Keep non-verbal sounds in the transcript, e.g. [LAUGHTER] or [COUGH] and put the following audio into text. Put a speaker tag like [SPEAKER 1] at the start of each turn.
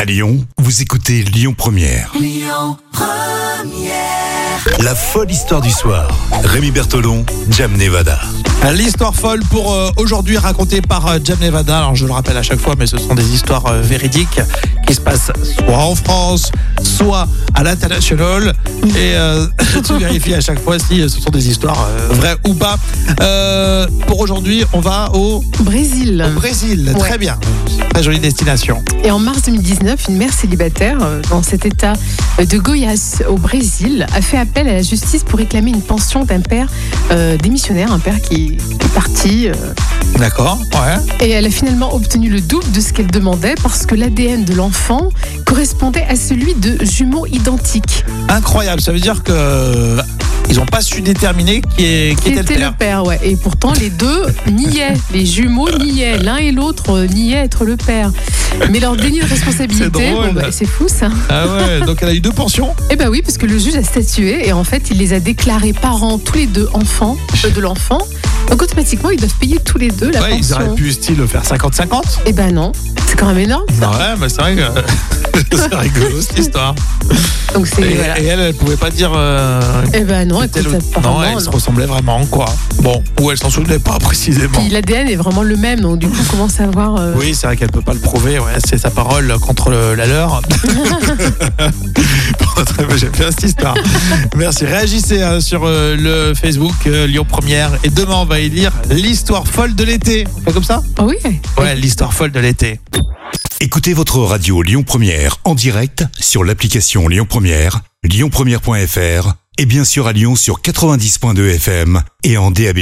[SPEAKER 1] À Lyon, vous écoutez Lyon Première. Lyon Première. La folle histoire du soir. Rémi Bertolon, Jam Nevada.
[SPEAKER 2] L'histoire folle pour euh, aujourd'hui racontée par euh, Jam Nevada. Alors je le rappelle à chaque fois, mais ce sont des histoires euh, véridiques qui se passent soit en France, soit à l'international. Et euh, [LAUGHS] tu vérifies à chaque fois si euh, ce sont des histoires euh, vraies ou pas. Euh, pour aujourd'hui, on va au,
[SPEAKER 3] Brésil.
[SPEAKER 2] au Brésil.
[SPEAKER 3] Ouais.
[SPEAKER 2] Très bien. Très jolie destination.
[SPEAKER 3] Et en mars 2019, une mère célibataire euh, dans cet état euh, de Goiás au Brésil a fait appel à la justice pour réclamer une pension d'un père euh, démissionnaire, un père qui qui est parti. euh,
[SPEAKER 2] D'accord. Ouais.
[SPEAKER 3] et elle a finalement obtenu le double de ce qu'elle demandait parce que l'ADN de l'enfant correspondait à celui de jumeaux identiques.
[SPEAKER 2] Incroyable. Ça veut dire que euh, ils n'ont pas su déterminer qui, est, qui
[SPEAKER 3] Qui
[SPEAKER 2] était le
[SPEAKER 3] était
[SPEAKER 2] père.
[SPEAKER 3] le père, ouais. Et pourtant, les deux niaient, les jumeaux niaient, l'un et l'autre euh, niaient être le père. Mais leur déni
[SPEAKER 2] [LAUGHS]
[SPEAKER 3] de responsabilité,
[SPEAKER 2] drôle.
[SPEAKER 3] bon, bah, c'est fou ça.
[SPEAKER 2] Ah ouais.
[SPEAKER 3] [LAUGHS]
[SPEAKER 2] Donc elle a eu deux pensions.
[SPEAKER 3] Eh ben oui, parce que le juge a statué et en fait, il les a déclarés parents, tous les deux enfants euh, de l'enfant. Donc automatiquement, ils doivent payer tous les deux la
[SPEAKER 2] ouais, ils
[SPEAKER 3] pension.
[SPEAKER 2] auraient pu style faire 50-50.
[SPEAKER 3] Eh ben non, c'est quand même énorme.
[SPEAKER 2] Ah Ouais, mais c'est vrai [LAUGHS] que c'est rigolo cette histoire.
[SPEAKER 3] Donc
[SPEAKER 2] Et,
[SPEAKER 3] c'est voilà.
[SPEAKER 2] et elle, elle pouvait pas dire. euh,
[SPEAKER 3] Eh ben non, écoute,
[SPEAKER 2] tel ou-
[SPEAKER 3] apparemment,
[SPEAKER 2] non, elle se
[SPEAKER 3] non.
[SPEAKER 2] ressemblait vraiment, quoi. Bon, ou elle s'en souvenait pas précisément.
[SPEAKER 3] Puis l'ADN est vraiment le même, donc du coup, comment savoir euh,
[SPEAKER 2] Oui, c'est vrai qu'elle peut pas le prouver. Ouais, c'est sa parole contre le- la leur. Bon, très bien, J'aime bien cette histoire. Merci. Réagissez hein, sur euh, le Facebook euh, Lyon Première. Et demain, on va y lire l'histoire folle de l'été. On fait comme ça
[SPEAKER 3] Ah oui
[SPEAKER 2] Ouais, l'histoire folle de l'été.
[SPEAKER 1] Écoutez votre radio Lyon Première en direct sur l'application Lyon Première, lyonpremière.fr et bien sûr à Lyon sur 90.2 FM et en DAB+.